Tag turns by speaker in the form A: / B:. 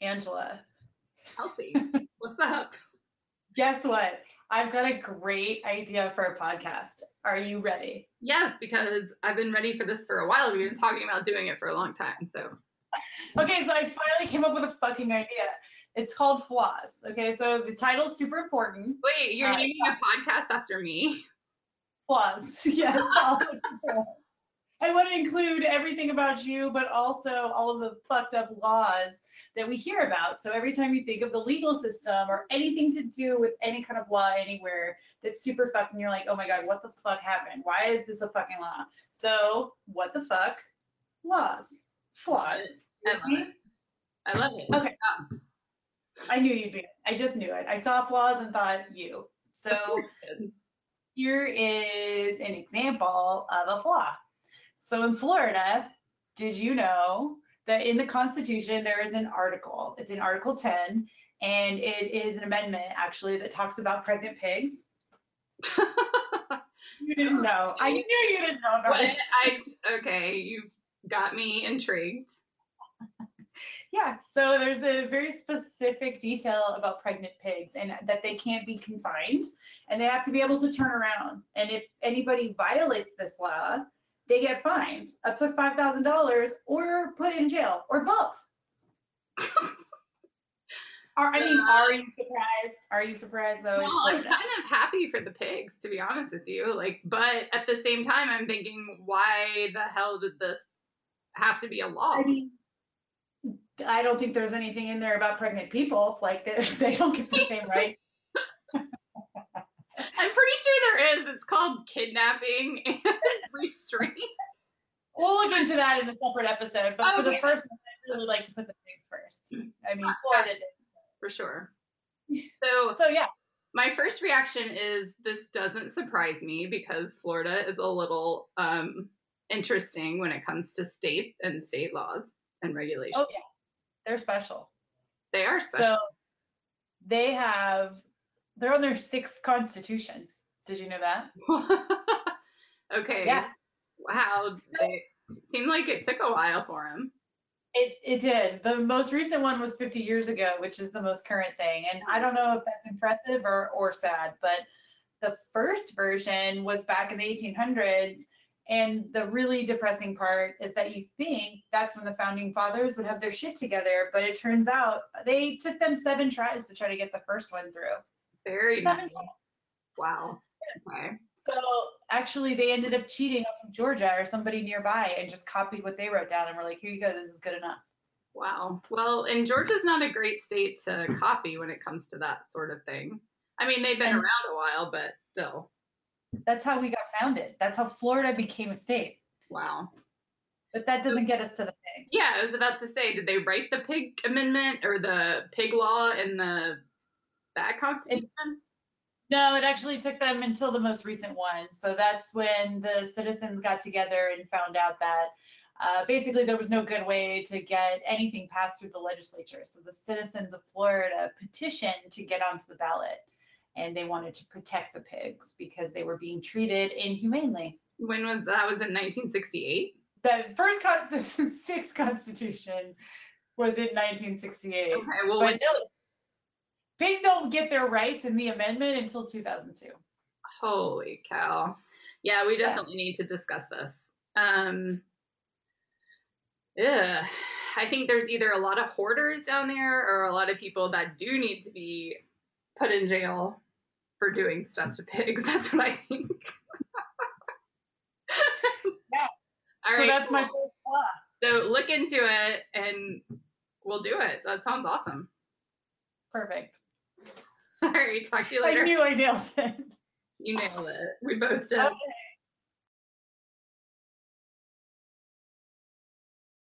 A: Angela,
B: Healthy. What's up?
A: guess what? I've got a great idea for a podcast. Are you ready?
B: Yes, because I've been ready for this for a while. We've been talking about doing it for a long time. So
A: Okay, so I finally came up with a fucking idea. It's called Floss. Okay, so the title's super important.
B: wait, you're
A: Uh,
B: naming a podcast after me?
A: Floss. Yes. all of the- I want to include everything about you, but also all of the fucked up laws that we hear about. So every time you think of the legal system or anything to do with any kind of law anywhere that's super fucked, and you're like, oh my God, what the fuck happened? Why is this a fucking law? So, what the fuck? Laws. Floss.
B: I love it. I love it.
A: Okay. I knew you'd be. I just knew it. I saw flaws and thought you. So
B: Oh,
A: here is an example of a flaw. So in Florida, did you know that in the Constitution there is an article? It's in Article 10, and it is an amendment actually that talks about pregnant pigs. You didn't know. I knew you didn't know about
B: What?
A: it.
B: I okay, you've got me intrigued.
A: Yeah, so there's a very specific detail about pregnant pigs and that they can't be confined and they have to be able to turn around. And if anybody violates this law, they get fined up to $5,000 or put in jail or both. are, I mean, are you surprised? Are you surprised though? It's
B: Well, I'm
A: Florida.
B: kind of happy for the pigs, to be honest with you. Like, but at the same time, I'm thinking, why the hell did this have to be a law?
A: I mean, I don't think there's anything in there about pregnant people. Like, they they don't get the same right.
B: I'm pretty sure there is. It's called kidnapping and restraint.
A: We'll look into that in a separate episode, but for the
B: Okay.
A: first one, I'd really like to put the pigs first. I mean, Florida did.
B: for sure. So
A: So yeah,
B: my first reaction is this doesn't surprise me because Florida is a little um, interesting when it comes to state and state laws and regulations.
A: Oh. they're special.
B: They are special.
A: So they have, they're on their sixth constitution. Did you know that?
B: okay.
A: Yeah.
B: Wow. They seemed like it took a while for him.
A: It, it did. The most recent one was 50 years ago, which is the most current thing. And I don't know if that's impressive or, or sad, but the first version was back in the 1800s. And the really depressing part is that you think that's when the founding fathers would have their shit together, but it turns out they took them seven tries to try to get the first one through.
B: Very
A: Seven.
B: nice. Wow. Okay.
A: So actually, they ended up cheating up from Georgia or somebody nearby and just copied what they wrote down and were like, here you go, this is good enough.
B: Wow. Well, and Georgia's not a great state to copy when it comes to that sort of thing. I mean, they've been
A: And-
B: around a while, but still.
A: That's how we got founded. That's how Florida became a state.
B: Wow.
A: But that doesn't get us to the thing.
B: Yeah, I was about to say, did they write the pig amendment or the pig law in the that constitution?
A: No, it actually took them until the most recent one. So that's when the citizens got together and found out that uh, basically there was no good way to get anything passed through the legislature. So the citizens of Florida petitioned to get onto the ballot and they wanted to protect the pigs because they were being treated inhumanely.
B: When was that? Was in 1968?
A: The first, con- the sixth constitution was in 1968.
B: Okay. Well,
A: But
B: when,
A: no, pigs don't get their rights in the amendment until 2002.
B: holy cow. Yeah, we
A: Yeah.
B: definitely need to discuss this. Um. Yeah, I think there's either a lot of hoarders down there or a lot of people that do need to be put in jail for doing stuff to pigs. That's what I think.
A: Yeah.
B: All
A: so
B: right.
A: that's my
B: cool.
A: first law.
B: So look into it and we'll do it. That sounds awesome.
A: Perfect.
B: All right, talk to you
A: I
B: later.
A: knew I nailed it.
B: you nailed it. We both did.
A: Okay.